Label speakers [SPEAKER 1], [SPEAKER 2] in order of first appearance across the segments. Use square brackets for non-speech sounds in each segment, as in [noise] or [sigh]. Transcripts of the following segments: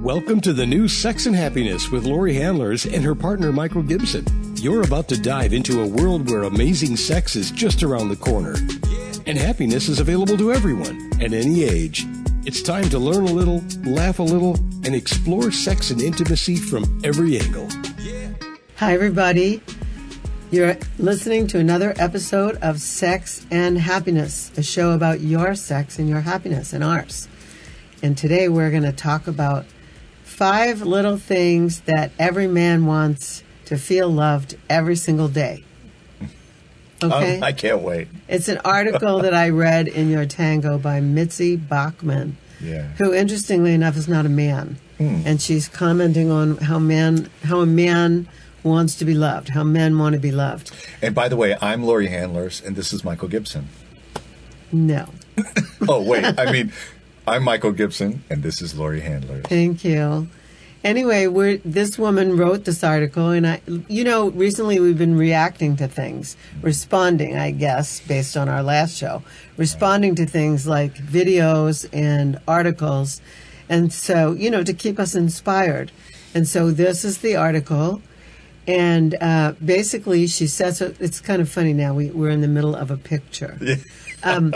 [SPEAKER 1] Welcome to the new Sex and Happiness with Lori Handlers and her partner Michael Gibson. You're about to dive into a world where amazing sex is just around the corner. And happiness is available to everyone at any age. It's time to learn a little, laugh a little, and explore sex and intimacy from every angle.
[SPEAKER 2] Hi, everybody. You're listening to another episode of Sex and Happiness, a show about your sex and your happiness and ours. And today we're going to talk about five little things that every man wants to feel loved every single day. Okay?
[SPEAKER 3] Um, I can't wait.
[SPEAKER 2] It's an article that I read in Your Tango by Mitzi Bachman,
[SPEAKER 3] Yeah.
[SPEAKER 2] who, interestingly enough, is not a man, and she's commenting on how man how a man wants to be loved, how men want to be loved.
[SPEAKER 3] And by the way, I'm Lori Handlers, and this is Michael Gibson.
[SPEAKER 2] No,
[SPEAKER 3] Oh, wait. I mean, I'm Michael Gibson, and this is Lori Handlers.
[SPEAKER 2] thank you. Anyway, we're, this woman wrote this article, and I, you know, recently we've been reacting to things, responding, I guess, based on our last show, responding to things like videos and articles, and so you know to keep us inspired. And so this is the article. And uh, basically, she says it's kind of funny now. We, we're in the middle of a picture. um,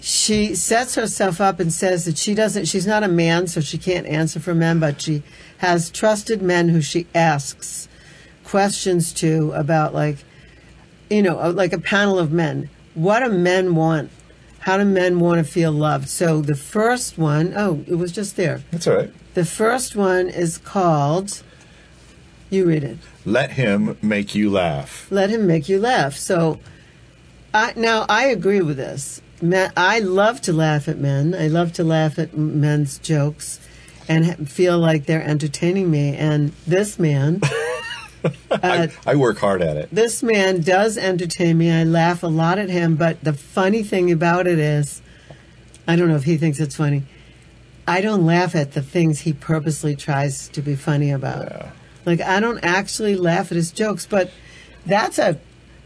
[SPEAKER 2] she sets herself up and says that she doesn't. She's not a man, so she can't answer for men. But she has trusted men who she asks questions to about, like, you know, uh, like a panel of men. What do men want? How do men want to feel loved? So the first one, oh, it was just there.
[SPEAKER 3] That's all right.
[SPEAKER 2] The first one is called. You read it.
[SPEAKER 3] Let him make you laugh.
[SPEAKER 2] Let him make you laugh. So, I, now I agree with this. Men, I love to laugh at men. I love to laugh at m- men's jokes and ha- feel like they're entertaining me. And this man,
[SPEAKER 3] I work hard at it.
[SPEAKER 2] this man does entertain me. I laugh a lot at him. But the funny thing about it is, I don't know if he thinks it's funny. I don't laugh at the things he purposely tries to be funny about. Like I don't actually laugh at his jokes, but that's a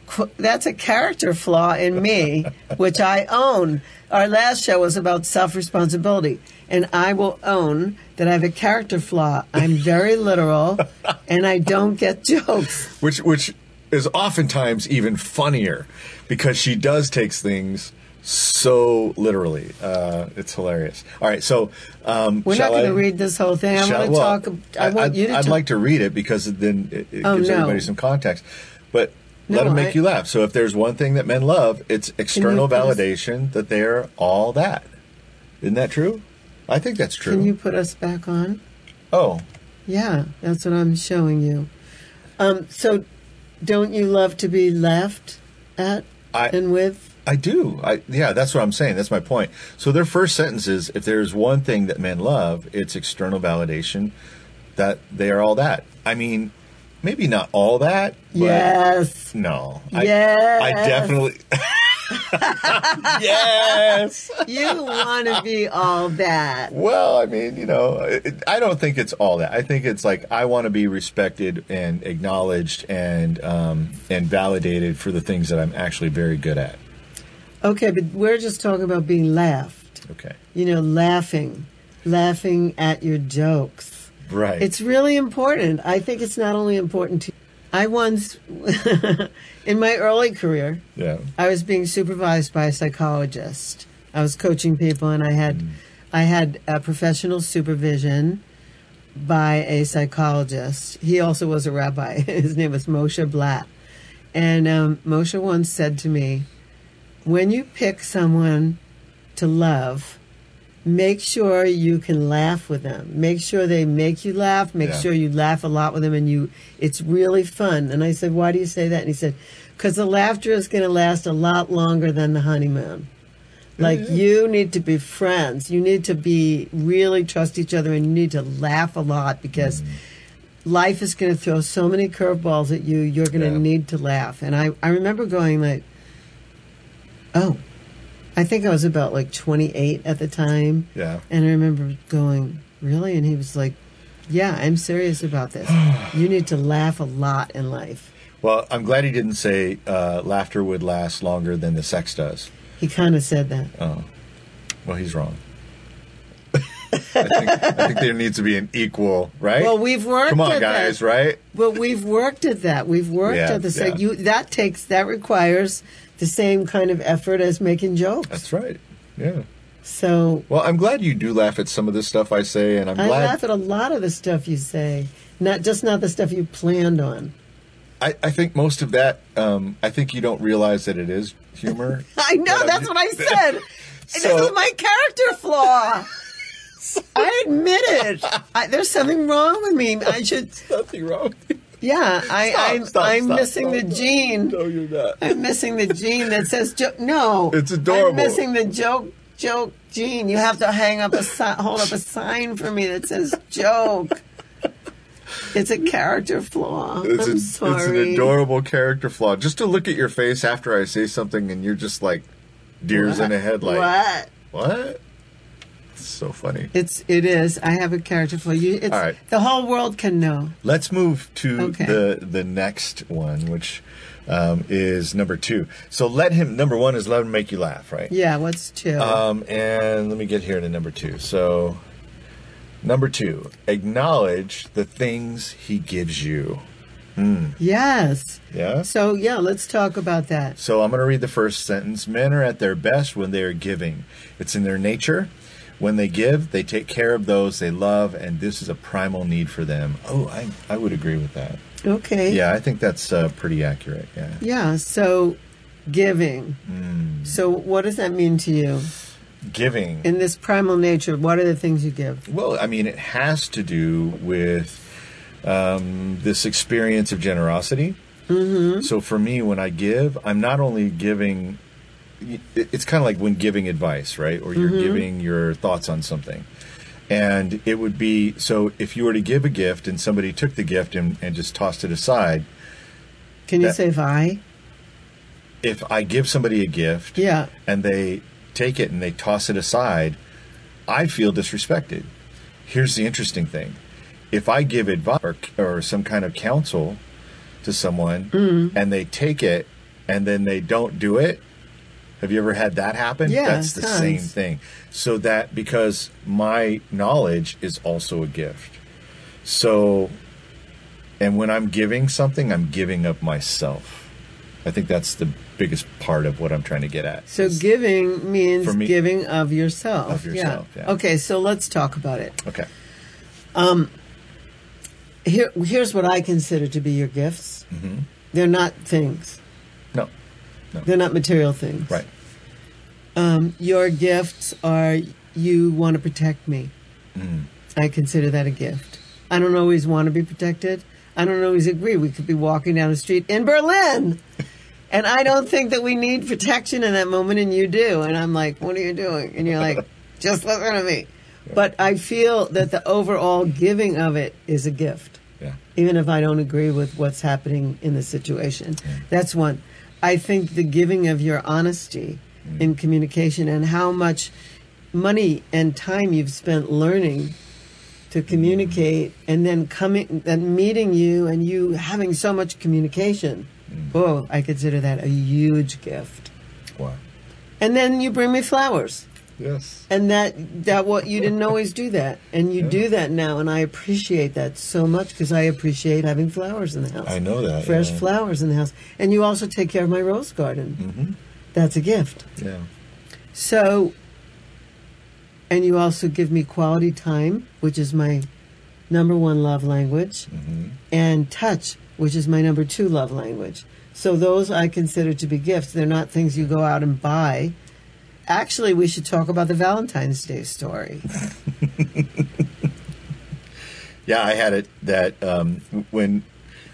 [SPEAKER 2] qu- that's a character flaw in me, which I own. Our last show was about self responsibility, and I will own that I have a character flaw. I'm very literal, and I don't get jokes.
[SPEAKER 3] Which, which is oftentimes even funnier because she does takes things so literally. Uh, it's hilarious. All right. So, um,
[SPEAKER 2] We're
[SPEAKER 3] shall
[SPEAKER 2] not going
[SPEAKER 3] I-
[SPEAKER 2] to read this whole thing. I
[SPEAKER 3] Shall-
[SPEAKER 2] want to
[SPEAKER 3] well,
[SPEAKER 2] talk. I want
[SPEAKER 3] I'd-
[SPEAKER 2] you to.
[SPEAKER 3] I'd
[SPEAKER 2] talk.
[SPEAKER 3] like to read it because then it, it
[SPEAKER 2] Oh,
[SPEAKER 3] gives
[SPEAKER 2] no.
[SPEAKER 3] everybody some context. But let
[SPEAKER 2] No,
[SPEAKER 3] them make
[SPEAKER 2] I-
[SPEAKER 3] you laugh. So if there's one thing that men love, it's external
[SPEAKER 2] put us-
[SPEAKER 3] validation that they're all that. Isn't that true? I think that's true.
[SPEAKER 2] Can you put us back on?
[SPEAKER 3] oh,
[SPEAKER 2] Yeah, that's what I'm showing you. Um, so, don't you love to be laughed at
[SPEAKER 3] I-
[SPEAKER 2] and with?
[SPEAKER 3] I do. I yeah, that's what I'm saying. That's my point. So their first sentence is if there's one thing that men love, it's external validation that they are all that. I mean, maybe not all that, but
[SPEAKER 2] yes.
[SPEAKER 3] no. I, I
[SPEAKER 2] Yes.
[SPEAKER 3] definitely
[SPEAKER 2] [laughs]
[SPEAKER 3] Yes. [laughs]
[SPEAKER 2] you want to be all that.
[SPEAKER 3] Well, I mean, you know, it, I don't think it's all that. I think it's like I want to be respected and acknowledged and um, and validated for the things that I'm actually very good at.
[SPEAKER 2] Okay, but we're just talking about being laughed.
[SPEAKER 3] Okay,
[SPEAKER 2] You know, laughing, laughing at your jokes.
[SPEAKER 3] right?
[SPEAKER 2] It's really important. I think it's not only important to. I once, [laughs] in my early career,
[SPEAKER 3] yeah,
[SPEAKER 2] I was being supervised by a psychologist. I was coaching people, and I had, I had a professional supervision by a psychologist. He also was a rabbi. [laughs] His name was Moshe Blatt, and um, Moshe once said to me, "When you pick someone to love." Make sure you can laugh with them. Make sure they make you laugh. Make
[SPEAKER 3] Yeah.
[SPEAKER 2] sure you laugh a lot with them, and you it's really fun. And I said, "Why do you say that?" And he said, "Because the laughter is going to last a lot longer than the honeymoon. Like you need to be friends. You need to be really trust each other, and you need to laugh a lot
[SPEAKER 3] Mm.
[SPEAKER 2] because." Life is going to throw so many curveballs at you. You're going to
[SPEAKER 3] Yeah.
[SPEAKER 2] need to laugh. And I, I remember going like, "Oh, I think I was about like 28 at the time.
[SPEAKER 3] Yeah.
[SPEAKER 2] And I remember going, really? And he was like, yeah, I'm serious about
[SPEAKER 3] [sighs]
[SPEAKER 2] this. you need to laugh a lot in life.
[SPEAKER 3] Well, I'm glad he didn't say uh, laughter would last longer than the sex does.
[SPEAKER 2] He kind of said that.
[SPEAKER 3] Well, he's wrong. I think, I think there needs to be an equal, right?
[SPEAKER 2] Well, we've worked
[SPEAKER 3] Come on,
[SPEAKER 2] at
[SPEAKER 3] guys,
[SPEAKER 2] that.
[SPEAKER 3] right?
[SPEAKER 2] But we've worked at that. We've worked
[SPEAKER 3] Yeah,
[SPEAKER 2] at the
[SPEAKER 3] yeah.
[SPEAKER 2] same. You that takes that requires the same kind of effort as making jokes.
[SPEAKER 3] That's right. Yeah.
[SPEAKER 2] So
[SPEAKER 3] Well, I'm glad you do laugh at some of the stuff I say, and I'm
[SPEAKER 2] I
[SPEAKER 3] glad
[SPEAKER 2] laugh at a lot of the stuff you say, not just not the stuff you planned on.
[SPEAKER 3] I, I think most of that, um, I think you don't realize that it is
[SPEAKER 2] [laughs]
[SPEAKER 3] humor.
[SPEAKER 2] I know
[SPEAKER 3] But I'm-
[SPEAKER 2] that's what
[SPEAKER 3] [laughs]
[SPEAKER 2] I said.
[SPEAKER 3] So-
[SPEAKER 2] this is my character
[SPEAKER 3] [laughs]
[SPEAKER 2] flaw. I admit it. I, there's something wrong with me. I should.
[SPEAKER 3] Nothing wrong.
[SPEAKER 2] Yeah, I,
[SPEAKER 3] Stop,
[SPEAKER 2] I'm,
[SPEAKER 3] stop,
[SPEAKER 2] I'm
[SPEAKER 3] stop,
[SPEAKER 2] missing
[SPEAKER 3] stop,
[SPEAKER 2] the
[SPEAKER 3] stop.
[SPEAKER 2] gene.
[SPEAKER 3] No, you're not.
[SPEAKER 2] I'm missing the gene that says jo- no.
[SPEAKER 3] It's adorable.
[SPEAKER 2] I'm missing the joke joke gene. You have to hang up a si- hold up a sign for me that says joke. It's a character flaw.
[SPEAKER 3] It's,
[SPEAKER 2] I'm
[SPEAKER 3] a,
[SPEAKER 2] sorry.
[SPEAKER 3] it's an adorable character flaw. Just to look at your face after I say something, and you're just like deers in a headlight.
[SPEAKER 2] What?
[SPEAKER 3] What? It's so funny.
[SPEAKER 2] It's it is. I have a character flaw. You, it's,
[SPEAKER 3] All right.
[SPEAKER 2] The whole world can know.
[SPEAKER 3] Let's move to
[SPEAKER 2] Okay.
[SPEAKER 3] the the next one, which um, is number two. So let him. Number one is let him make you laugh, right?
[SPEAKER 2] Yeah. What's two?
[SPEAKER 3] Um, and let me get here to number two. So, number two, acknowledge the things he gives you.
[SPEAKER 2] yes.
[SPEAKER 3] Yeah.
[SPEAKER 2] So yeah, let's talk about that.
[SPEAKER 3] So I'm going to read the first sentence. Men are at their best when they are giving. It's in their nature. When they give, they take care of those they love, and this is a primal need for them. Oh, I, I would agree with that.
[SPEAKER 2] Okay.
[SPEAKER 3] Yeah, I think that's uh, pretty accurate. Yeah.
[SPEAKER 2] Yeah. So giving.
[SPEAKER 3] Hmm.
[SPEAKER 2] So what does that mean to you?
[SPEAKER 3] Giving.
[SPEAKER 2] in this primal nature, what are the things you give?
[SPEAKER 3] Well, I mean, it has to do with um, this experience of generosity. Mm-hmm. So for me, when I give, I'm not only giving. it- It's kind of like when giving advice, right? Or you're giving your thoughts on something. And it would be so if you were to give a gift and somebody took the gift and, and just tossed it aside,
[SPEAKER 2] Can you
[SPEAKER 3] That-
[SPEAKER 2] say "vi"?
[SPEAKER 3] if I give somebody a gift
[SPEAKER 2] Yeah.
[SPEAKER 3] and they take it and they toss it aside, I feel disrespected. Here's the interesting thing if I give advice or, or some kind of counsel to someone
[SPEAKER 2] Mm-hmm.
[SPEAKER 3] and they take it and then they don't do it, have you ever had that happen?
[SPEAKER 2] Yeah,
[SPEAKER 3] That's the
[SPEAKER 2] tons.
[SPEAKER 3] same thing. So that because my knowledge is also a gift. So, and when I'm giving something, I'm giving up myself. I think that's the biggest part of what I'm trying to get at.
[SPEAKER 2] So
[SPEAKER 3] is-
[SPEAKER 2] giving means
[SPEAKER 3] For me-
[SPEAKER 2] giving of yourself.
[SPEAKER 3] Of yourself, yeah.
[SPEAKER 2] Okay, so let's talk about it.
[SPEAKER 3] okay.
[SPEAKER 2] Here, here's what I consider to be your gifts. Mm-hmm. They're not things.
[SPEAKER 3] No.
[SPEAKER 2] They're not material things.
[SPEAKER 3] Right.
[SPEAKER 2] Um, your gifts are you want to protect me. I consider that a gift. I don't always want to be protected. I don't always agree. We could be walking down the street in Berlin, and I don't think that we need protection in that moment, and you do. And I'm like, what are you doing? And you're like, just listen to me. But I feel that the overall giving of it is a gift
[SPEAKER 3] Yeah.
[SPEAKER 2] even if I don't agree with what's happening in the situation. That's one. I think the giving of your honesty in communication and how much money and time you've spent learning to communicate and then coming and meeting you and you having so much communication. Oh, I consider that a huge gift.
[SPEAKER 3] Wow.
[SPEAKER 2] And then you bring me flowers
[SPEAKER 3] Yes.
[SPEAKER 2] and that that what you didn't always do that and you do that now and i appreciate that so much because i appreciate having flowers in the house
[SPEAKER 3] I know that,
[SPEAKER 2] fresh
[SPEAKER 3] yeah.
[SPEAKER 2] flowers in the house and you also take care of my rose garden mm-hmm. that's a gift
[SPEAKER 3] Yeah.
[SPEAKER 2] so and you also give me quality time which is my number one love language
[SPEAKER 3] Mm-hmm.
[SPEAKER 2] and touch which is my number two love language so those i consider to be gifts they're not things you go out and buy Actually, we should talk about the Valentine's Day
[SPEAKER 3] [laughs]
[SPEAKER 2] story.
[SPEAKER 3] Yeah, I had it that um, when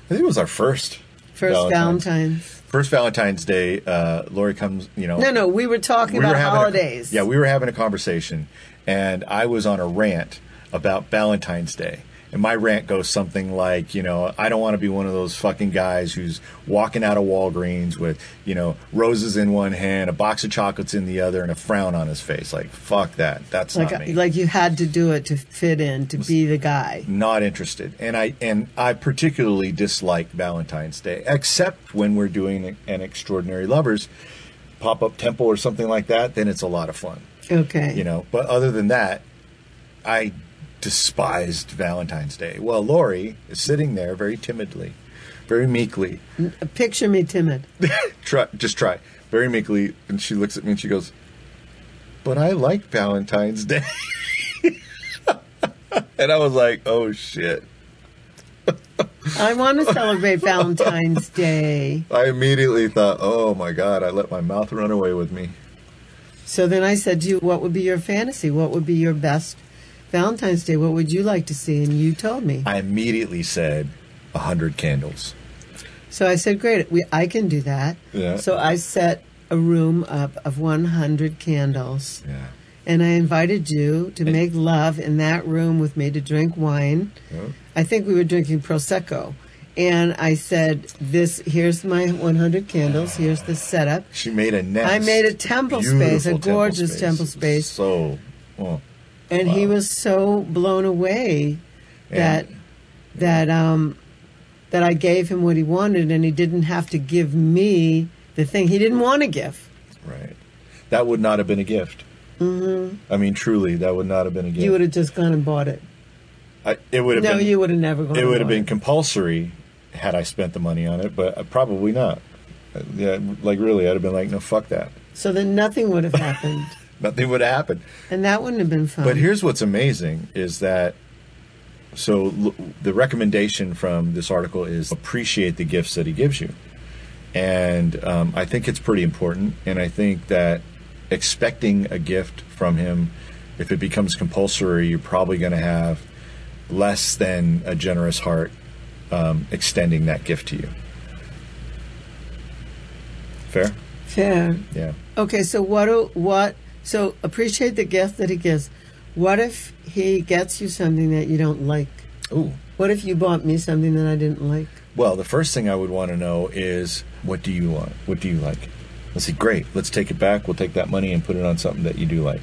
[SPEAKER 3] I think it was our first
[SPEAKER 2] First Valentine's.
[SPEAKER 3] First Valentine's Day, uh, Lori comes. You know,
[SPEAKER 2] No, no, we were talking about
[SPEAKER 3] having a-
[SPEAKER 2] holidays.
[SPEAKER 3] yeah, we were having a conversation, and I was on a rant about Valentine's Day. And my rant goes something like, you know, I don't want to be one of those fucking guys who's walking out of Walgreens with, you know, roses in one hand, a box of chocolates in the other, and a frown on his face. Like, fuck that. That's not
[SPEAKER 2] like
[SPEAKER 3] me.
[SPEAKER 2] like you had to do it to fit in to be the guy.
[SPEAKER 3] not interested and i and i particularly dislike valentine's day except when we're doing an extraordinary lovers pop-up temple or something like that then it's a lot of fun
[SPEAKER 2] Okay.
[SPEAKER 3] you know but other than that I despised Valentine's Day. Well, Lori is sitting there very timidly, very meekly.
[SPEAKER 2] Picture me timid.
[SPEAKER 3] Try, just try. Very meekly. And she looks at me and she goes, But I like Valentine's Day. [laughs] and I was like, Oh shit.
[SPEAKER 2] I want to celebrate Valentine's Day.
[SPEAKER 3] I immediately thought, Oh my God, I let my mouth run away with me.
[SPEAKER 2] So then I said to you, what would be your fantasy? What would be your best Valentine's Day? What would you like to see? And you told me.
[SPEAKER 3] I immediately said, A hundred candles.
[SPEAKER 2] So I said, great, we, I can do that.
[SPEAKER 3] Yeah.
[SPEAKER 2] So I set a room up of 100 candles.
[SPEAKER 3] Yeah.
[SPEAKER 2] And I invited you to make love in that room with me to drink wine. I think we were drinking Prosecco. And I said, this, here's my 100 candles, here's the setup.
[SPEAKER 3] She made a nest.
[SPEAKER 2] I made a temple space, a
[SPEAKER 3] Beautiful temple
[SPEAKER 2] gorgeous
[SPEAKER 3] space.
[SPEAKER 2] temple space.
[SPEAKER 3] So, oh,
[SPEAKER 2] and he was so blown away that
[SPEAKER 3] Yeah.
[SPEAKER 2] that um that I gave him what he wanted and he didn't have to give me the thing he didn't want to give.
[SPEAKER 3] right. That would not have been a gift. Mm-hmm. I mean, truly, that would not have been a gift.
[SPEAKER 2] You would have just gone and bought it.
[SPEAKER 3] I, it would have
[SPEAKER 2] No,
[SPEAKER 3] been,
[SPEAKER 2] you would have never gone.
[SPEAKER 3] It
[SPEAKER 2] and
[SPEAKER 3] would have
[SPEAKER 2] bought
[SPEAKER 3] been compulsory had I spent the money on it, but uh, probably not. Uh, Yeah, like really, I'd have been like, no, fuck that.
[SPEAKER 2] So then nothing would
[SPEAKER 3] [laughs]
[SPEAKER 2] have happened.
[SPEAKER 3] Nothing would have happened.
[SPEAKER 2] and that wouldn't have been fun.
[SPEAKER 3] But here's what's amazing is that so l- the recommendation from this article is appreciate the gifts that he gives you. And um, I think it's pretty important. And I think that expecting a gift from him, if it becomes compulsory, you're probably going to have less than a generous heart um, extending that gift to you. Fair?
[SPEAKER 2] fair.
[SPEAKER 3] Yeah.
[SPEAKER 2] Okay, so what do what so appreciate the gift that he gives. What if he gets you something that you don't like?
[SPEAKER 3] Ooh.
[SPEAKER 2] What if you bought me something that I didn't like?
[SPEAKER 3] Well, the first thing I would want to know is what do you want? What do you like? Let's see, great. Let's take it back. We'll take that money and put it on something that you do like.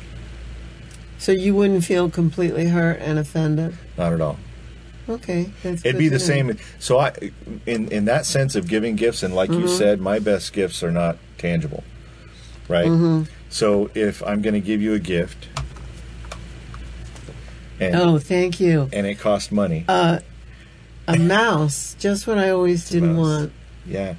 [SPEAKER 2] So you wouldn't feel completely hurt and offended.
[SPEAKER 3] Not at all.
[SPEAKER 2] Okay, that's
[SPEAKER 3] It'd
[SPEAKER 2] good
[SPEAKER 3] be
[SPEAKER 2] to
[SPEAKER 3] the
[SPEAKER 2] know.
[SPEAKER 3] same. So I, in in that sense of giving gifts, and like you said, my best gifts are not tangible, right? So if I'm going to give you a gift, and
[SPEAKER 2] Oh, thank you.
[SPEAKER 3] and it costs money,
[SPEAKER 2] A mouse, just what I always didn't
[SPEAKER 3] mouse.
[SPEAKER 2] want.
[SPEAKER 3] yeah.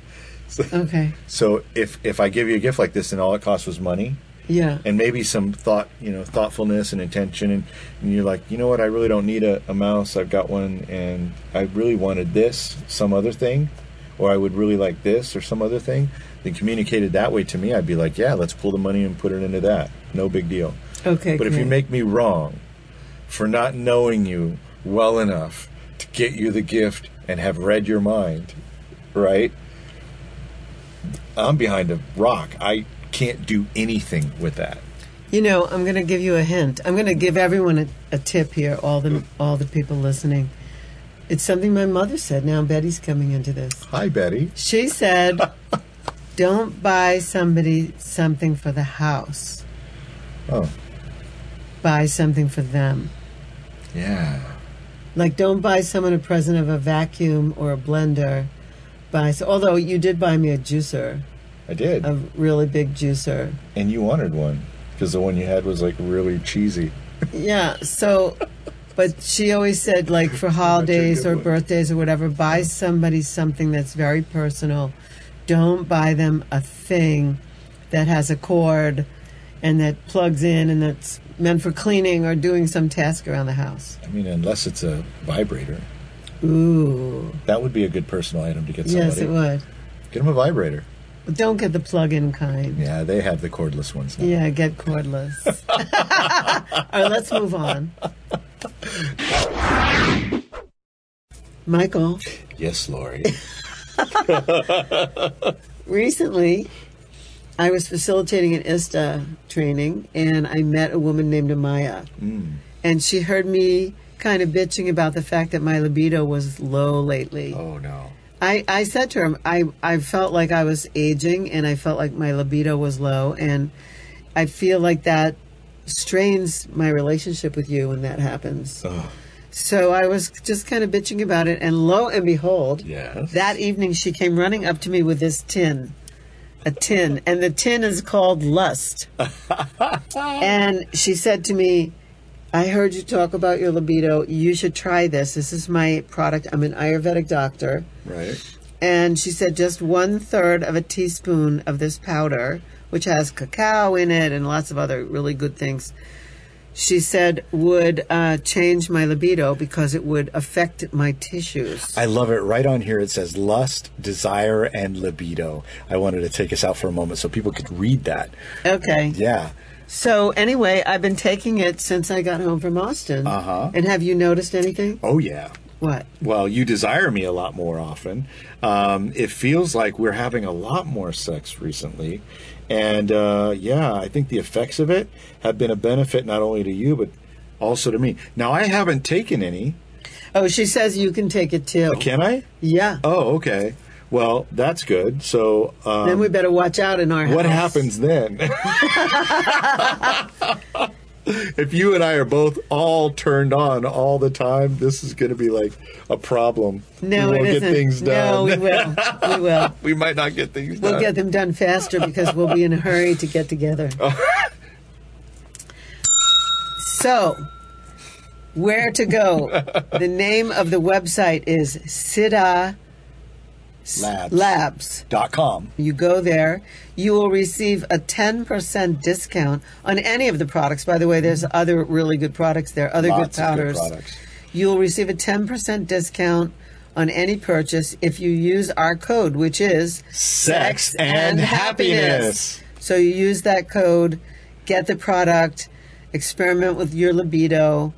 [SPEAKER 3] So,
[SPEAKER 2] Okay,
[SPEAKER 3] so if if I give you a gift like this and all it cost was money, [laughs]
[SPEAKER 2] yeah.
[SPEAKER 3] and maybe some thought, you know, thoughtfulness and intention. And, and you're like, you know what? I really don't need a, a mouse. I've got one, and I really wanted this, some other thing, or I would really like this or some other thing. Then communicated that way to me, I'd be like, yeah, let's pull the money and put it into that. No big deal.
[SPEAKER 2] Okay,
[SPEAKER 3] But if you
[SPEAKER 2] great.
[SPEAKER 3] make me wrong for not knowing you well enough to get you the gift and have read your mind, right? I'm behind a rock. I can't do anything with that.
[SPEAKER 2] You know, I'm going to give you a hint. I'm going to give everyone a, a tip here. All the all the people listening. It's something my mother said. Now Betty's coming into this.
[SPEAKER 3] Hi, Betty.
[SPEAKER 2] She
[SPEAKER 3] [laughs]
[SPEAKER 2] said, "Don't buy somebody something for the house.
[SPEAKER 3] Oh,
[SPEAKER 2] Buy something for them."
[SPEAKER 3] yeah.
[SPEAKER 2] Like, don't buy someone a present of a vacuum or a blender. Buy, so, although you did buy me a juicer,
[SPEAKER 3] I did.
[SPEAKER 2] a really big juicer.
[SPEAKER 3] and you wanted one because the one you had was like really cheesy.
[SPEAKER 2] Yeah. So, but she always said, like,
[SPEAKER 3] [laughs]
[SPEAKER 2] for holidays
[SPEAKER 3] good
[SPEAKER 2] or
[SPEAKER 3] one.
[SPEAKER 2] birthdays or whatever, buy somebody something that's very personal. Don't buy them a thing that has a cord and that plugs in and that's meant for cleaning or doing some task around the house.
[SPEAKER 3] I mean, unless it's a vibrator,
[SPEAKER 2] Ooh.
[SPEAKER 3] that would be a good personal item to get somebody.
[SPEAKER 2] Yes, it would.
[SPEAKER 3] Get them a vibrator.
[SPEAKER 2] But don't get the plug in kind.
[SPEAKER 3] Yeah, they have the cordless ones. Now.
[SPEAKER 2] Yeah, get cordless. [laughs] All right, let's move
[SPEAKER 3] [laughs]
[SPEAKER 2] on. Michael,
[SPEAKER 3] Yes, Lori.
[SPEAKER 2] recently I was facilitating an ISTA training and I met a woman named Amaya. And she heard me kind of bitching about the fact that my libido was low lately.
[SPEAKER 3] oh no.
[SPEAKER 2] I, I said to him, I, I felt like I was aging and I felt like my libido was low. And I feel like that strains my relationship with you when that happens. So I was just kind of bitching about it. And lo and behold,
[SPEAKER 3] Yes.
[SPEAKER 2] that evening she came running up to me with this tin, a tin. And the tin is called Lust. and she said to me, I heard you talk about your libido. You should try this. This is my product. I'm an Ayurvedic doctor.
[SPEAKER 3] Right.
[SPEAKER 2] And she said just one third of a teaspoon of this powder, which has cacao in it and lots of other really good things, she said would uh, change my libido because it would affect my
[SPEAKER 3] [laughs]
[SPEAKER 2] tissues.
[SPEAKER 4] I love it. Right on here, it says lust, desire, and libido. I wanted to take us out for a moment so people could read that.
[SPEAKER 2] Okay.
[SPEAKER 4] Yeah.
[SPEAKER 2] So, anyway, I've been taking it since I got home from Austin. Uh
[SPEAKER 4] Uh-huh.
[SPEAKER 2] And have you noticed anything?
[SPEAKER 4] Oh, yeah.
[SPEAKER 2] What?
[SPEAKER 4] Well, you desire me a lot more often. Um, it feels like we're having a lot more sex recently. And uh, yeah, I think the effects of it have been a benefit not only to you, but also to me. Now, I haven't taken any.
[SPEAKER 2] Oh, she says you can take it too.
[SPEAKER 4] Can I?
[SPEAKER 2] Yeah.
[SPEAKER 4] Oh, okay. Well, that's good. So, um,
[SPEAKER 2] then we better watch out in our
[SPEAKER 4] what
[SPEAKER 2] house.
[SPEAKER 4] happens
[SPEAKER 2] [laughs]
[SPEAKER 4] then? if you and I are both all turned on all the time, this is going to be like a problem.
[SPEAKER 2] No,
[SPEAKER 4] we
[SPEAKER 2] it
[SPEAKER 4] won't
[SPEAKER 2] isn't.
[SPEAKER 4] get things done. [laughs]
[SPEAKER 2] No, we will. We will.
[SPEAKER 4] We might not get things
[SPEAKER 2] We'll
[SPEAKER 4] done.
[SPEAKER 2] get them done faster because we'll be in a hurry to
[SPEAKER 4] [laughs]
[SPEAKER 2] get together.
[SPEAKER 4] Oh.
[SPEAKER 2] so, where
[SPEAKER 4] [laughs]
[SPEAKER 2] to go? The name of the website is Sida
[SPEAKER 4] Labs.
[SPEAKER 2] Labs.
[SPEAKER 4] Dot com.
[SPEAKER 2] You go there, you will receive a 10% discount on any of the products. By the way, there's other really good products there, other
[SPEAKER 4] Mm-hmm. Lots
[SPEAKER 2] good
[SPEAKER 4] of good
[SPEAKER 2] powders.
[SPEAKER 4] products.
[SPEAKER 2] You'll receive a 10% discount on any purchase if you use our code, which is
[SPEAKER 4] Sex and happiness.
[SPEAKER 2] So you use that code, get the product, experiment with your libido.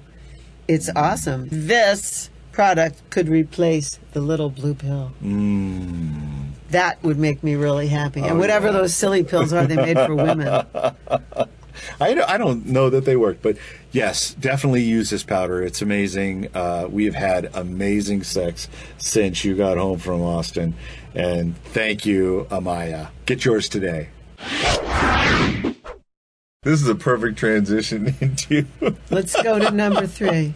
[SPEAKER 2] It's awesome. This product could replace the little blue pill.
[SPEAKER 4] Mm.
[SPEAKER 2] That would make me really happy.
[SPEAKER 4] Oh,
[SPEAKER 2] and whatever those silly pills are, they made for women.
[SPEAKER 4] I don't, I don't know that they work, but yes, definitely use this powder. It's amazing. Uh, we have had amazing sex since you got home from Austin. And thank you, Amaya. Get yours today.
[SPEAKER 3] This is a
[SPEAKER 4] [laughs]
[SPEAKER 3] perfect transition into
[SPEAKER 2] Let's go to number three.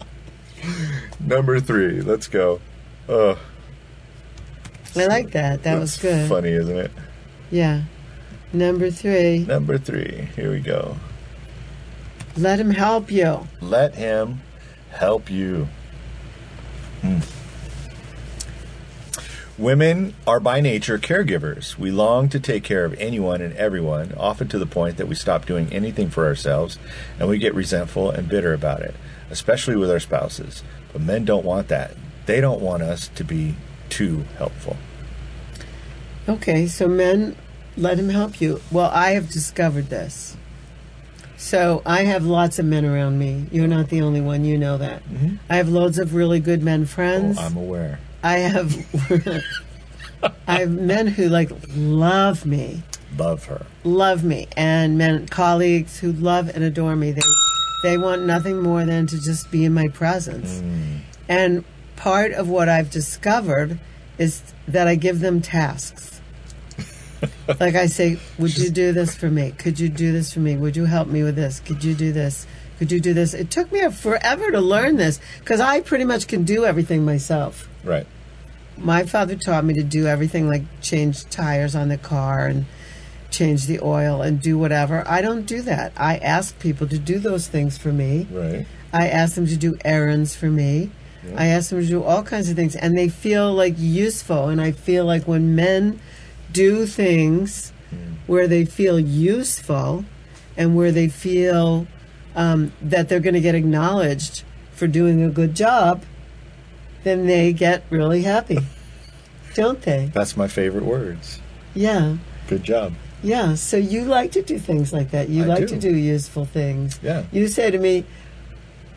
[SPEAKER 3] number three. Let's go. Oh,
[SPEAKER 2] I like that. That was good.
[SPEAKER 3] Funny, isn't it?
[SPEAKER 2] Yeah. Number three,
[SPEAKER 3] Number three. Here we go.
[SPEAKER 2] let him help you.
[SPEAKER 3] Let him help you. Hmm. Women are by nature caregivers. We long to take care of anyone and everyone, often to the point that we stop doing anything for ourselves and we get resentful and bitter about it, especially with our spouses. But men don't want that. They don't want us to be too helpful.
[SPEAKER 2] Okay, so men, let him help you. Well, I have discovered this. So I have lots of men around me. You're not the only one. You know that. I have loads of really good men friends.
[SPEAKER 3] I'm aware.
[SPEAKER 2] I have. [laughs] I have men who like love me,
[SPEAKER 3] Love her.
[SPEAKER 2] love me, and men colleagues who love and adore me. They they want nothing more than to just be in my presence. And part of what I've discovered is that I give them tasks. like I say, would you do this for me? Could you do this for me? Would you help me with this? Could you do this? Could you do this? It took me forever to learn this because I pretty much can do everything myself
[SPEAKER 3] Right.
[SPEAKER 2] my father taught me to do everything like change tires on the car and change the oil and do whatever. I don't do that. I ask people to do those things for me.
[SPEAKER 3] Right.
[SPEAKER 2] I ask them to do errands for me. I ask them to do all kinds of things and they feel like useful and I feel like when men do things where they feel useful and where they feel um, that they're going to get acknowledged for doing a good job, then they get really happy, don't they?
[SPEAKER 3] That's my favorite words.
[SPEAKER 2] Yeah,
[SPEAKER 3] Good job.
[SPEAKER 2] yeah. So you like to do things like that. You
[SPEAKER 3] I
[SPEAKER 2] like
[SPEAKER 3] do.
[SPEAKER 2] to do useful things.
[SPEAKER 3] Yeah.
[SPEAKER 2] You say to me,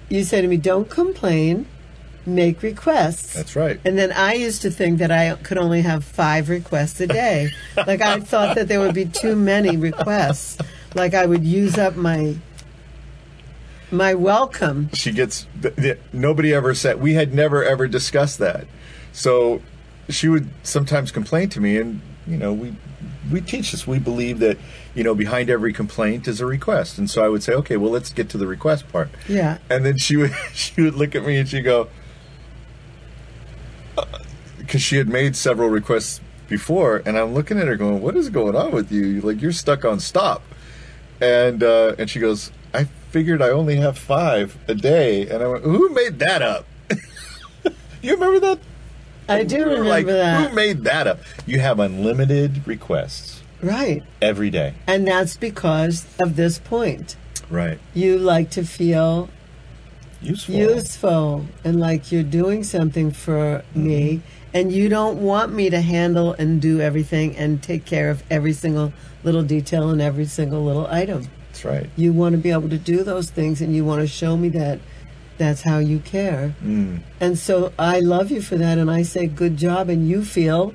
[SPEAKER 2] you say to me, don't complain, make requests.
[SPEAKER 3] That's right.
[SPEAKER 2] And then I used to think that I could only have five requests a
[SPEAKER 3] [laughs]
[SPEAKER 2] day. like I thought that there would be too many requests. Like I would use up my my welcome.
[SPEAKER 3] she gets th- th- nobody ever said we had never ever discussed that so she would sometimes complain to me and you know we we teach this we believe that you know behind every complaint is a request and so i would say okay well let's get to the request part
[SPEAKER 2] Yeah.
[SPEAKER 3] and then she would [laughs] she would look at me and she'd go because she had made several requests before and i'm looking at her going what is going on with you like you're stuck on stop and uh, and she goes i figured I only have five a day. And I went, who made that up? [laughs] you remember that?
[SPEAKER 2] I do remember
[SPEAKER 3] like,
[SPEAKER 2] that.
[SPEAKER 3] Who made that up? You have unlimited requests
[SPEAKER 2] right.
[SPEAKER 3] every day.
[SPEAKER 2] And that's because of this point.
[SPEAKER 3] Right.
[SPEAKER 2] You like to feel
[SPEAKER 3] Useful.
[SPEAKER 2] useful and like you're doing something for me and you don't want me to handle and do everything and take care of every single little detail and every single little item
[SPEAKER 3] That's right.
[SPEAKER 2] you want to be able to do those things and you want to show me that that's how you care and so i love you for that and i say good job and you feel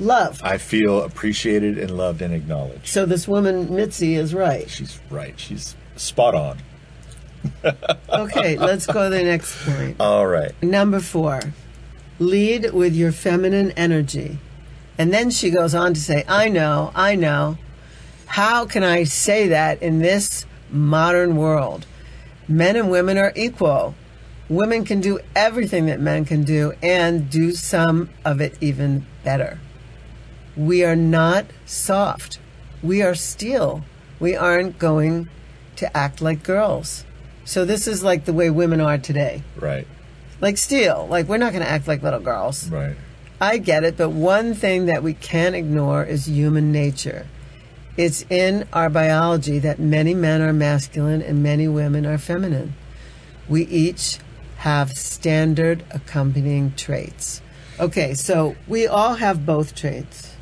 [SPEAKER 2] loved
[SPEAKER 3] I feel appreciated and loved and acknowledged.
[SPEAKER 2] so this woman mitzi is right
[SPEAKER 3] She's right. She's spot on.
[SPEAKER 2] okay let's go to the next point
[SPEAKER 3] All right.
[SPEAKER 2] Number four, lead with your feminine energy. And then she goes on to say, I know, I know. How can I say that in this modern world? Men and women are equal. Women can do everything that men can do and do some of it even better. We are not soft. We are steel. We aren't going to act like girls. So, this is like the way women are today
[SPEAKER 3] Right.
[SPEAKER 2] like steel. Like we're not going to act like little girls.
[SPEAKER 3] Right.
[SPEAKER 2] I get it, but one thing that we can't ignore is human nature. It's in our biology that many men are masculine and many women are feminine. We each have standard accompanying traits. Okay, so we all have both traits.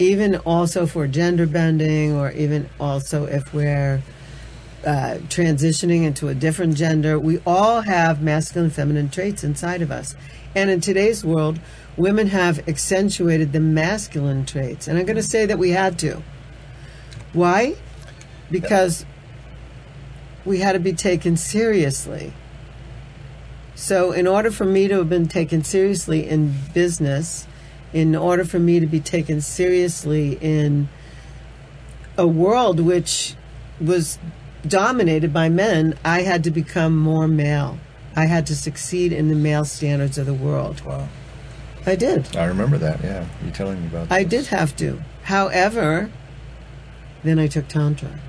[SPEAKER 2] Even also for gender bending, or even also if we're uh, transitioning into a different gender, we all have masculine and feminine traits inside of us. And in today's world, women have accentuated the masculine traits. And I'm going to say that we had to. Why? Because we had to be taken seriously. So, in order for me to have been taken seriously in business, in order for me to be taken seriously in a world which was dominated by men, I had to become more male. I had to succeed in the male standards of the world.
[SPEAKER 3] Wow.
[SPEAKER 2] I did.
[SPEAKER 3] I remember that. Yeah. You're telling me about that.
[SPEAKER 2] I did have to. However, then I took Tantra.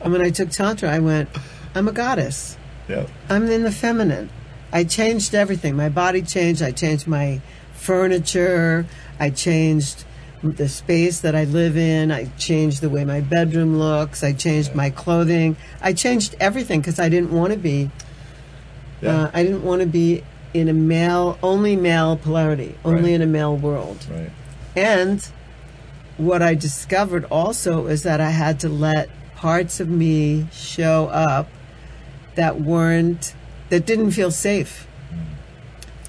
[SPEAKER 2] and when I took Tantra, I went, I'm a goddess.
[SPEAKER 3] Yep.
[SPEAKER 2] I'm in the feminine. I changed everything. My body changed. I changed my furniture. I changed the space that I live in. I changed the way my bedroom looks. I changed my clothing. I changed everything because I didn't want to be.
[SPEAKER 3] Yeah.
[SPEAKER 2] Uh, I didn't want to be in a male, only male polarity, only
[SPEAKER 3] Right.
[SPEAKER 2] in a male world.
[SPEAKER 3] right.
[SPEAKER 2] And what I discovered also is that I had to let parts of me show up that weren't that didn't feel safe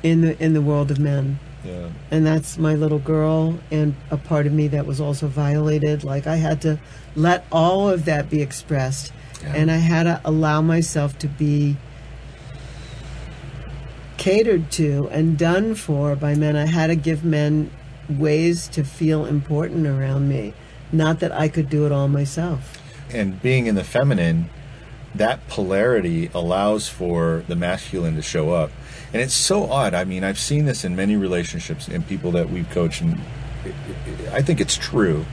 [SPEAKER 2] in the in the world of men.
[SPEAKER 3] Yeah.
[SPEAKER 2] And that's my little girl and a part of me that was also violated. Like I had to let all of that be expressed.
[SPEAKER 3] Yeah.
[SPEAKER 2] And I had to allow myself to be catered to and done for by men. I had to give men ways to feel important around me. Not that I could do it all myself.
[SPEAKER 3] And being in the feminine, that polarity allows for the masculine to show up. And it's so odd. I mean, I've seen this in many relationships and people that we've coached, and it- it- I think it's true.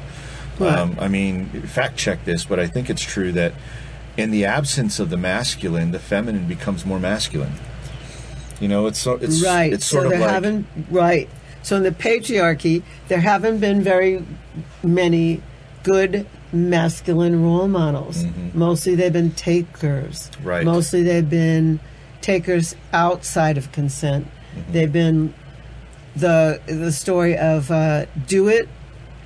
[SPEAKER 3] Um, I mean, fact check this, but I think it's true that in the absence of the masculine, the feminine becomes more masculine. You know, it's so it's
[SPEAKER 2] right.
[SPEAKER 3] It's sort
[SPEAKER 2] so
[SPEAKER 3] of
[SPEAKER 2] there
[SPEAKER 3] like
[SPEAKER 2] haven't right. So in the patriarchy, there haven't been very many good masculine role models. Mostly they've been takers.
[SPEAKER 3] Mm-hmm. Right.
[SPEAKER 2] Mostly they've been takers outside of consent.
[SPEAKER 3] Mm-hmm.
[SPEAKER 2] They've been the the story of uh, do it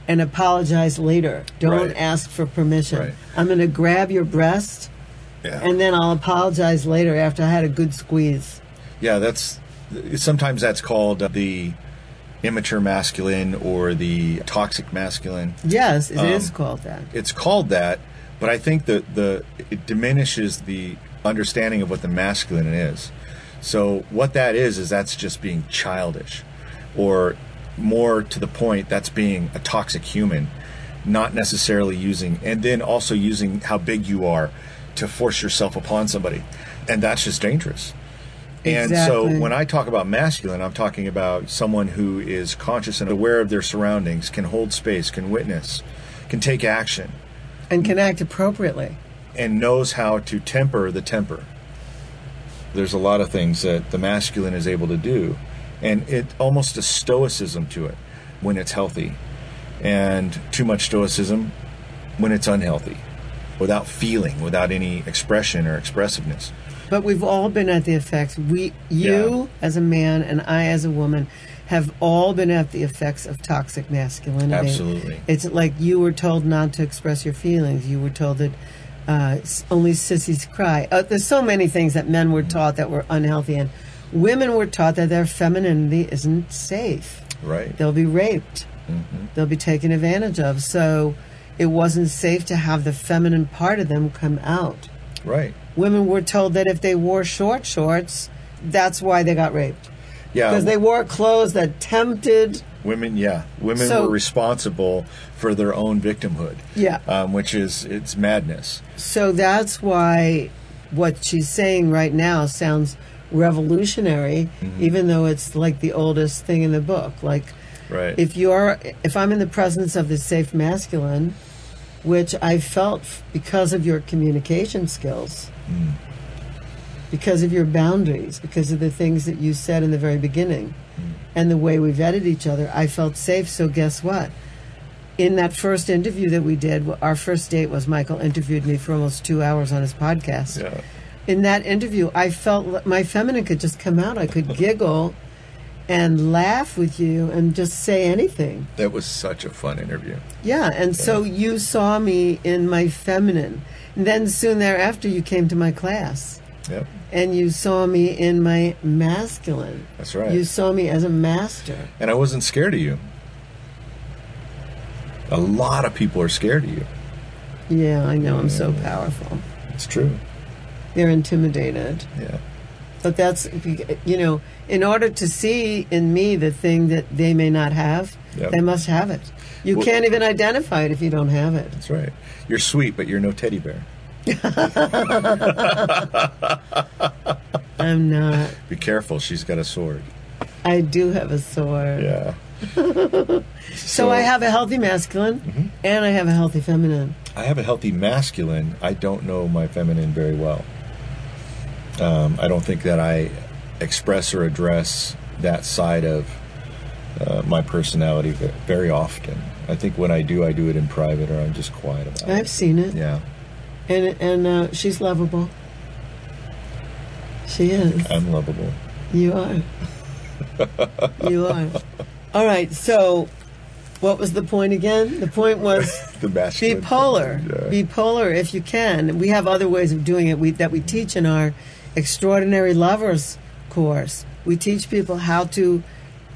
[SPEAKER 2] and apologize later. Don't
[SPEAKER 3] Right.
[SPEAKER 2] ask for permission.
[SPEAKER 3] Right.
[SPEAKER 2] I'm going to grab your breast
[SPEAKER 3] yeah.
[SPEAKER 2] and then I'll apologize later after I had a good squeeze.
[SPEAKER 3] Yeah, that's sometimes that's called uh, the immature masculine or the toxic masculine.
[SPEAKER 2] Yes, it is
[SPEAKER 3] Um,
[SPEAKER 2] called that.
[SPEAKER 3] It's called that, but I think the the it diminishes the understanding of what the masculine is. So what that is is that's just being childish, or more to the point, that's being a toxic human, not necessarily using, and then also using how big you are to force yourself upon somebody, and that's just dangerous. And
[SPEAKER 2] Exactly.
[SPEAKER 3] so when I talk about masculine, I'm talking about someone who is conscious and aware of their surroundings, can hold space, can witness, can take action.
[SPEAKER 2] and can act appropriately.
[SPEAKER 3] and knows how to temper the temper. There's a lot of things that the masculine is able to do, and it almost a stoicism to it when it's healthy, and too much stoicism when it's unhealthy, without feeling, without any expression or expressiveness.
[SPEAKER 2] But we've all been at the effects. We, you
[SPEAKER 3] Yeah.
[SPEAKER 2] as a man, and I as a woman, have all been at the effects of toxic masculinity.
[SPEAKER 3] Absolutely.
[SPEAKER 2] It's like you were told not to express your feelings. You were told that uh, s- only sissies cry. Uh, there's so many things that men were taught that were unhealthy, and women were taught that their femininity isn't safe.
[SPEAKER 3] Right.
[SPEAKER 2] They'll be raped.
[SPEAKER 3] Mm-hmm.
[SPEAKER 2] They'll be taken advantage of. So it wasn't safe to have the feminine part of them come out
[SPEAKER 3] Right.
[SPEAKER 2] women were told that if they wore short shorts, that's why they got raped.
[SPEAKER 3] Yeah.
[SPEAKER 2] Because they wore clothes that tempted.
[SPEAKER 3] Women, yeah, women
[SPEAKER 2] So-
[SPEAKER 3] were responsible for their own victimhood.
[SPEAKER 2] Yeah.
[SPEAKER 3] um, which is it's madness.
[SPEAKER 2] So that's why what she's saying right now sounds revolutionary, even though it's like the oldest thing in the book. Like,
[SPEAKER 3] Right.
[SPEAKER 2] if you're, if I'm in the presence of the safe masculine, which I felt f- because of your communication skills, because of your boundaries, because of the things that you said in the very beginning, and the way we vetted each other, I felt safe. So guess what? in that first interview that we did, our first date was Michael interviewed me for almost two hours on his podcast.
[SPEAKER 3] Yeah.
[SPEAKER 2] In that interview, I felt li- my feminine could just come out. I could giggle and laugh with you and just say anything.
[SPEAKER 3] That was such a fun interview.
[SPEAKER 2] Yeah, and so you saw me in my feminine. And then soon thereafter, you came to my class
[SPEAKER 3] Yep.
[SPEAKER 2] and you saw me in my masculine.
[SPEAKER 3] That's right.
[SPEAKER 2] You saw me as a master.
[SPEAKER 3] And I wasn't scared of you. A lot of people are scared of you.
[SPEAKER 2] Yeah, I know. I'm so powerful.
[SPEAKER 3] It's true.
[SPEAKER 2] They're intimidated.
[SPEAKER 3] Yeah.
[SPEAKER 2] But that's, you know, in order to see in me the thing that they may not have,
[SPEAKER 3] Yep.
[SPEAKER 2] they must have it. You
[SPEAKER 3] Well-
[SPEAKER 2] can't even identify it if you don't have it.
[SPEAKER 3] That's right. You're sweet, but you're no teddy bear.
[SPEAKER 2] I'm not.
[SPEAKER 3] Be careful. She's got a sword.
[SPEAKER 2] I do have a sword.
[SPEAKER 3] Yeah.
[SPEAKER 2] So I have a healthy masculine
[SPEAKER 3] Mm-hmm.
[SPEAKER 2] and I have a healthy feminine.
[SPEAKER 3] I have a healthy masculine. I don't know my feminine very well. Um, I don't think that I express or address that side of uh, my personality ve- very often. I think when I do, I do it in private or I'm just quiet about
[SPEAKER 2] I've
[SPEAKER 3] it.
[SPEAKER 2] seen it.
[SPEAKER 3] Oh. Yeah.
[SPEAKER 2] And, and uh, she's lovable. She is.
[SPEAKER 3] I'm lovable.
[SPEAKER 2] You
[SPEAKER 3] [laughs]
[SPEAKER 2] are. you are. All right. So what was the point again? The point was.
[SPEAKER 3] [laughs] The
[SPEAKER 2] Be
[SPEAKER 3] masculine.
[SPEAKER 2] polar.
[SPEAKER 3] Yeah.
[SPEAKER 2] Be polar if you can. We have other ways of doing it we, that we teach in our Extraordinary Lovers course. We teach people how to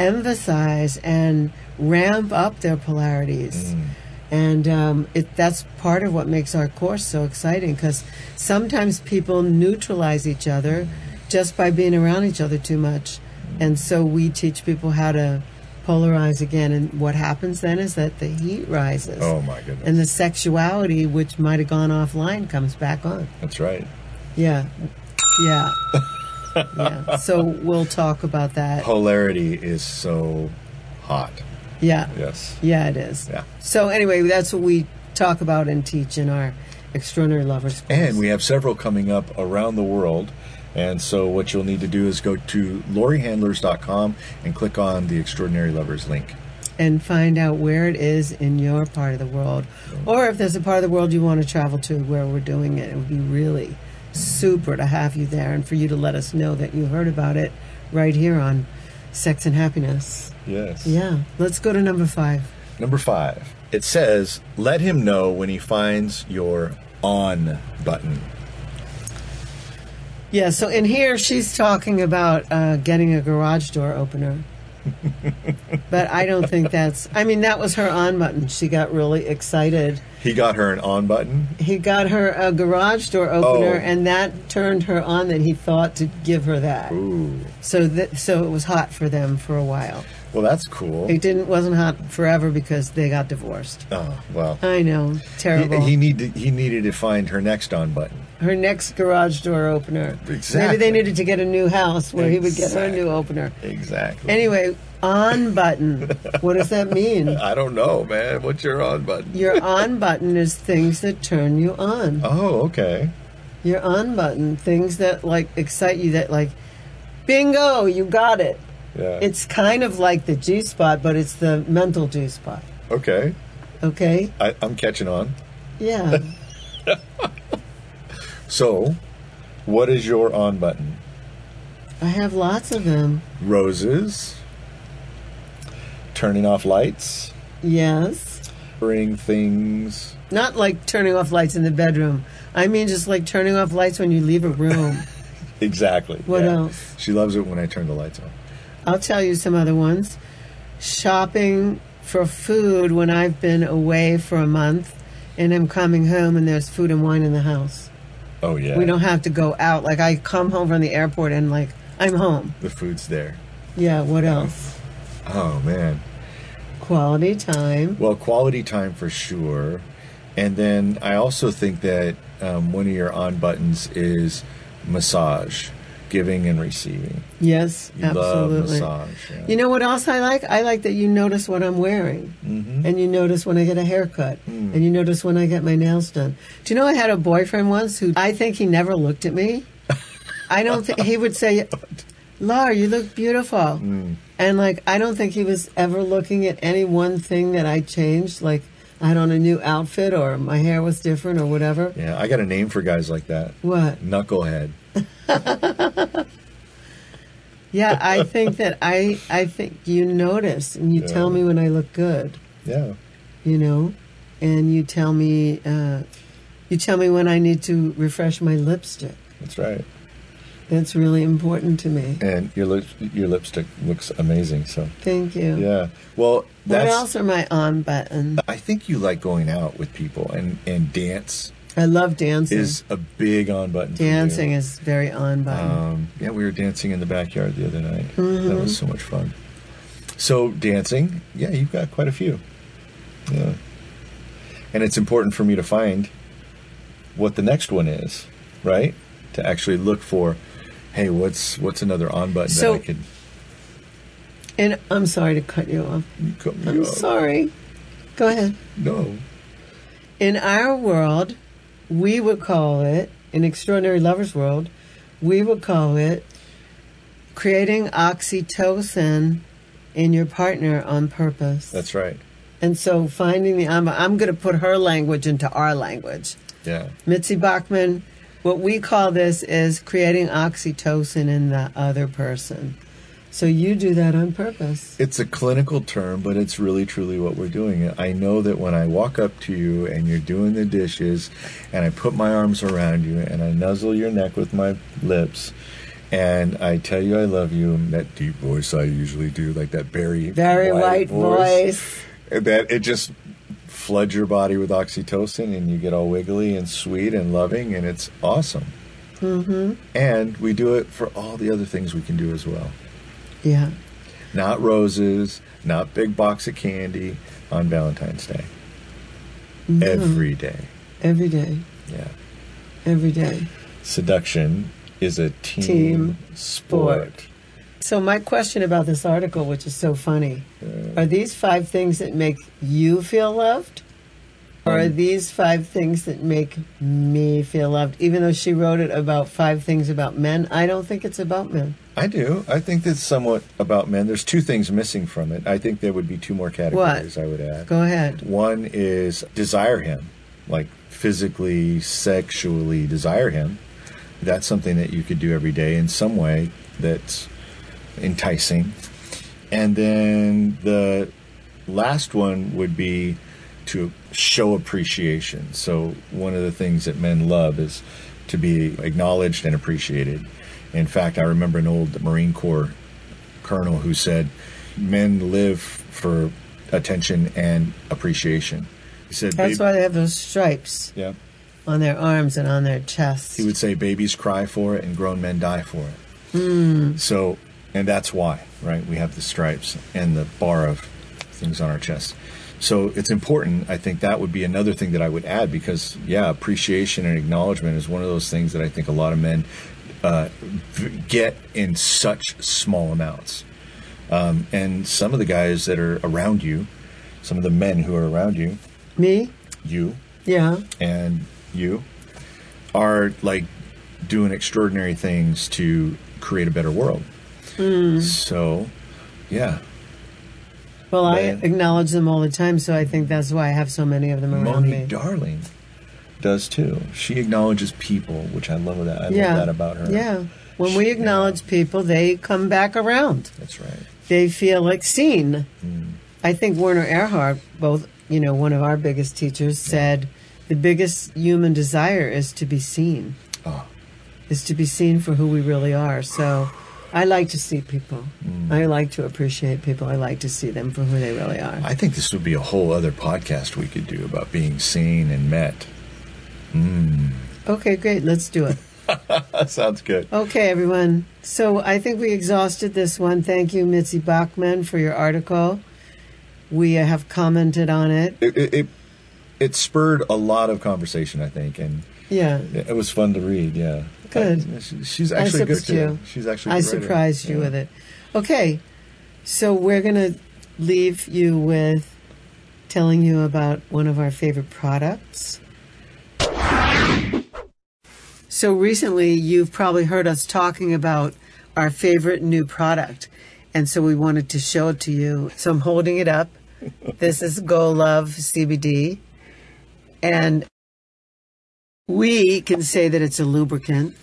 [SPEAKER 2] emphasize and ramp up their polarities.
[SPEAKER 3] Mm.
[SPEAKER 2] And um, it, that's part of what makes our course so exciting because sometimes people neutralize each other just by being around each other too much. And so we teach people how to polarize again. And what happens then is that the heat rises
[SPEAKER 3] Oh, my goodness.
[SPEAKER 2] and the sexuality which might have gone offline comes back on
[SPEAKER 3] That's right.
[SPEAKER 2] yeah
[SPEAKER 3] [laughs]
[SPEAKER 2] yeah yeah so we'll talk about that
[SPEAKER 3] Polarity is so hot.
[SPEAKER 2] yeah
[SPEAKER 3] Yes.
[SPEAKER 2] yeah it is
[SPEAKER 3] Yeah.
[SPEAKER 2] so anyway that's what we talk about and teach in our extraordinary lovers course.
[SPEAKER 3] And we have several coming up around the world. And so, what you'll need to do is go to lorihandlers.com and click on the Extraordinary Lovers link.
[SPEAKER 2] and find out where it is in your part of the world or if there's a part of the world you want to travel to where we're doing it it would be really super to have you there and for you to let us know that you heard about it right here on sex and happiness
[SPEAKER 3] Yes.
[SPEAKER 2] Yeah, let's go to number five.
[SPEAKER 3] Number five, it says, let him know when he finds your on button.
[SPEAKER 2] Yeah, so in here she's talking about uh, getting a garage door
[SPEAKER 3] [laughs]
[SPEAKER 2] opener. but I don't think that's, I mean, that was her on button. She got really excited.
[SPEAKER 3] He got her an on button.
[SPEAKER 2] He got her a garage door opener,
[SPEAKER 3] Oh.
[SPEAKER 2] and that turned her on that he thought to give her that.
[SPEAKER 3] Ooh.
[SPEAKER 2] So that so it was hot for them for a while.
[SPEAKER 3] Well, that's cool.
[SPEAKER 2] It didn't wasn't hot forever because they got divorced.
[SPEAKER 3] Oh, well.
[SPEAKER 2] I know, terrible.
[SPEAKER 3] He, he, need to, he needed to find her next on button.
[SPEAKER 2] her next garage door opener. Maybe
[SPEAKER 3] Exactly.
[SPEAKER 2] they needed to get a new house where he would get her a new
[SPEAKER 3] Exactly.
[SPEAKER 2] opener.
[SPEAKER 3] Exactly.
[SPEAKER 2] Anyway, on button. What does that mean?
[SPEAKER 3] I don't know, man. What's your on button?
[SPEAKER 2] Your on button is things that turn you on.
[SPEAKER 3] Oh, okay.
[SPEAKER 2] Your on button, things that like excite you, that like, bingo, you got it.
[SPEAKER 3] Yeah.
[SPEAKER 2] It's kind of like the G spot, but it's the mental G spot.
[SPEAKER 3] okay.
[SPEAKER 2] Okay?
[SPEAKER 3] I, I'm catching on.
[SPEAKER 2] Yeah.
[SPEAKER 3] So, what is your on button?
[SPEAKER 2] I have lots of them.
[SPEAKER 3] Roses. Turning off lights.
[SPEAKER 2] Yes.
[SPEAKER 3] Bring things.
[SPEAKER 2] Not like turning off lights in the bedroom. I mean, just like turning off lights when you leave a room.
[SPEAKER 3] Exactly.
[SPEAKER 2] What else?
[SPEAKER 3] She loves it when I turn the lights on.
[SPEAKER 2] I'll tell you some other ones. Shopping for food when I've been away for a month and I'm coming home and there's food and wine in the house.
[SPEAKER 3] Oh yeah.
[SPEAKER 2] We don't have to go out. Like, I come home from the airport and, like, I'm home.
[SPEAKER 3] The food's there.
[SPEAKER 2] Yeah, what else?
[SPEAKER 3] Oh man.
[SPEAKER 2] Quality time.
[SPEAKER 3] Well, quality time for sure. And then I also think that um, one of your on buttons is massage, giving and receiving.
[SPEAKER 2] Yes,
[SPEAKER 3] You
[SPEAKER 2] absolutely.
[SPEAKER 3] love massage. yeah.
[SPEAKER 2] You know what else I like? I like that you notice what I'm wearing, and you notice when I get a haircut, and you notice when I get my nails done. Do you know I had a boyfriend once who I think he never looked at me. I don't think he would say, "Laura, you look beautiful," and like I don't think he was ever looking at any one thing that I changed, like I had on a new outfit or my hair was different or whatever.
[SPEAKER 3] yeah, I got a name for guys like that.
[SPEAKER 2] What?
[SPEAKER 3] Knucklehead.
[SPEAKER 2] Yeah, I think that I I think you notice and you tell me when I look good.
[SPEAKER 3] Yeah.
[SPEAKER 2] you know, and you tell me, uh, you tell me when I need to refresh my lipstick.
[SPEAKER 3] That's right.
[SPEAKER 2] That's really important to me.
[SPEAKER 3] And your lip, your lipstick looks amazing. So
[SPEAKER 2] Thank you.
[SPEAKER 3] yeah. Well,
[SPEAKER 2] What
[SPEAKER 3] that's.
[SPEAKER 2] else are my on button?
[SPEAKER 3] I think you like going out with people and and dance
[SPEAKER 2] I love dancing.
[SPEAKER 3] is a big on button. for you.
[SPEAKER 2] dancing is very on button.
[SPEAKER 3] Um, yeah, we were dancing in the backyard the other night. That
[SPEAKER 2] Mm-hmm.
[SPEAKER 3] was so much fun. So dancing, yeah, you've got quite a few. Yeah, and it's important for me to find what the next one is, right? To actually look for, hey, what's what's another on button
[SPEAKER 2] So-
[SPEAKER 3] that I could.
[SPEAKER 2] and I'm sorry to cut you off.
[SPEAKER 3] you come-
[SPEAKER 2] I'm
[SPEAKER 3] oh,
[SPEAKER 2] sorry. Go ahead.
[SPEAKER 3] No.
[SPEAKER 2] In our world, we would call it, in Extraordinary Lover's World, we would call it creating oxytocin in your partner on purpose.
[SPEAKER 3] That's right.
[SPEAKER 2] And so finding the I'm, I'm going to put her language into our language.
[SPEAKER 3] Yeah.
[SPEAKER 2] Mitzi Bachman, what we call this is creating oxytocin in the other person. So you do that on purpose.
[SPEAKER 3] It's a clinical term, but it's really truly what we're doing. I know that when I walk up to you and you're doing the dishes, and I put my arms around you and I nuzzle your neck with my lips, and I tell you I love you, and that deep voice I usually do, like that very
[SPEAKER 2] Very white, voice.
[SPEAKER 3] and that it just floods your body with oxytocin, and you get all wiggly and sweet and loving, and it's awesome. Mm-hmm. And we do it for all the other things we can do as well
[SPEAKER 2] Yeah.
[SPEAKER 3] not roses, not big box of candy on Valentine's Day.
[SPEAKER 2] Mm-hmm.
[SPEAKER 3] Every day.
[SPEAKER 2] Every day.
[SPEAKER 3] Yeah.
[SPEAKER 2] Every day.
[SPEAKER 3] Seduction is a team,
[SPEAKER 2] Team
[SPEAKER 3] sport.
[SPEAKER 2] sport. So my question about this article, which is so funny, are these five things that make you feel loved? Or
[SPEAKER 5] Um,
[SPEAKER 2] are these five things that make me feel loved? Even though she wrote it about five things about men, I don't think it's about men.
[SPEAKER 3] I do. I think that's somewhat about men. There's two things missing from it. I think there would be two more categories I would add.
[SPEAKER 2] Go ahead.
[SPEAKER 3] One is desire him, like physically, sexually desire him. That's something that you could do every day in some way that's enticing. And then the last one would be to show appreciation. So, one of the things that men love is to be acknowledged and appreciated. In fact, I remember an old Marine Corps colonel who said, Men live for attention and appreciation. He said,
[SPEAKER 2] That's
[SPEAKER 3] "Bab-
[SPEAKER 2] why they have those stripes
[SPEAKER 3] Yeah.
[SPEAKER 2] on their arms and on their chests.
[SPEAKER 3] He would say, Babies cry for it and grown men die for it. So, and that's why, right? We have the stripes and the bar of things on our chest. So it's important. I think that would be another thing that I would add because, yeah, appreciation and acknowledgement is one of those things that I think a lot of men uh, v- get in such small amounts. Um, and some of the guys that are around you, some of the men who are around you,
[SPEAKER 2] Me?
[SPEAKER 5] you
[SPEAKER 2] Yeah.
[SPEAKER 5] and you are like doing extraordinary things to create a better world.
[SPEAKER 2] Hmm.
[SPEAKER 5] So, yeah,
[SPEAKER 2] Well, I
[SPEAKER 5] Man.
[SPEAKER 2] acknowledge them all the time, so I think that's why I have so many of them around
[SPEAKER 5] Mommy
[SPEAKER 2] me.
[SPEAKER 5] Darling does too. She acknowledges people, which I love that. I love that about her.
[SPEAKER 2] Yeah. When
[SPEAKER 5] She-
[SPEAKER 2] we
[SPEAKER 5] yeah.
[SPEAKER 2] acknowledge people, they come back around.
[SPEAKER 5] That's right.
[SPEAKER 2] They feel like seen. I think Werner Erhard, both, you know, one of our biggest teachers, said the biggest human desire is to be seen,
[SPEAKER 5] Oh,
[SPEAKER 2] is to be seen for who we really are. So I like to see people. I like to appreciate people. I like to see them for who they really are.
[SPEAKER 5] I think this would be a whole other podcast we could do about being seen and met. [laughs]
[SPEAKER 2] Okay, great. Let's do it.
[SPEAKER 5] That sounds good.
[SPEAKER 2] Okay, everyone. So I think we exhausted this one. Thank you, Mitzi Bachman, for your article. We have commented on it.
[SPEAKER 5] It, it, it, it spurred a lot of conversation, I think, and
[SPEAKER 2] Yeah.
[SPEAKER 5] it was fun to read. Yeah,
[SPEAKER 2] Good.
[SPEAKER 5] I- she- she's
[SPEAKER 2] I
[SPEAKER 5] actually good
[SPEAKER 2] surprised
[SPEAKER 5] too.
[SPEAKER 2] you.
[SPEAKER 5] She's actually. a
[SPEAKER 2] I
[SPEAKER 5] good writer.
[SPEAKER 2] surprised you
[SPEAKER 5] Yeah.
[SPEAKER 2] with it. Okay. So we're going to leave you with telling you about one of our favorite products. So recently, you've probably heard us talking about our favorite new product. And so we wanted to show it to you. So I'm holding it up. This is Go Love CBD. And we can say that it's a lubricant.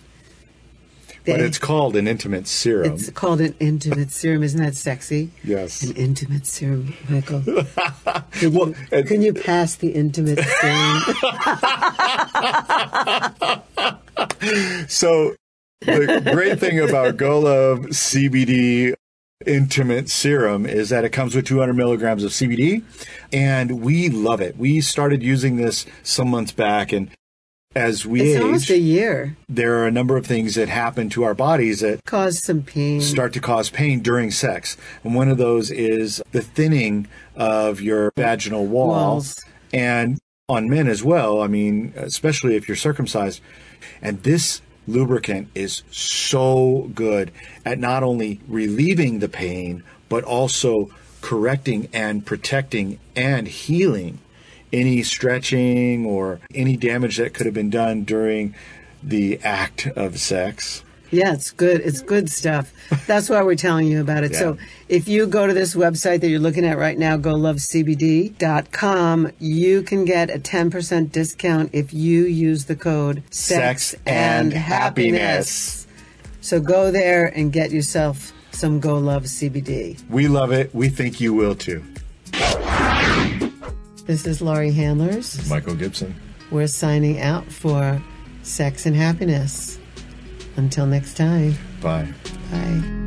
[SPEAKER 3] But
[SPEAKER 2] They-
[SPEAKER 3] it's called an intimate serum.
[SPEAKER 2] it's called an intimate serum. Isn't that sexy? [laughs]
[SPEAKER 3] yes.
[SPEAKER 2] An intimate serum,
[SPEAKER 3] [laughs]
[SPEAKER 2] Michael. Can,
[SPEAKER 3] Well,
[SPEAKER 2] you,
[SPEAKER 3] and-
[SPEAKER 2] can you pass the intimate
[SPEAKER 3] [laughs]
[SPEAKER 2] serum?
[SPEAKER 3] So the great thing about Golov CBD intimate serum is that it comes with 200 milligrams of CBD and we love it. We started using this some months back and as we
[SPEAKER 2] it's
[SPEAKER 3] age,
[SPEAKER 2] almost a year.
[SPEAKER 3] there are a number of things that happen to our bodies that
[SPEAKER 2] Caused some pain.
[SPEAKER 3] start to cause pain during sex. And one of those is the thinning of your vaginal wall.
[SPEAKER 2] Walls.
[SPEAKER 3] And on men as well, I mean, especially if you're circumcised. And this lubricant is so good at not only relieving the pain, but also correcting and protecting and healing any stretching or any damage that could have been done during the act of sex.
[SPEAKER 2] Yeah, it's good. It's good stuff. That's why we're telling you about it. So if you go to this website that you're looking at right now, golovecbd.com, you can get a 10% discount if you use the code
[SPEAKER 3] Sex and happiness.
[SPEAKER 2] So go there and get yourself some Go Love CBD.
[SPEAKER 3] We love it. We think you will too.
[SPEAKER 2] This is Laurie Handlers.
[SPEAKER 5] Michael Gibson.
[SPEAKER 2] We're signing out for Sex and Happiness. Until next time,
[SPEAKER 5] Bye.
[SPEAKER 2] bye.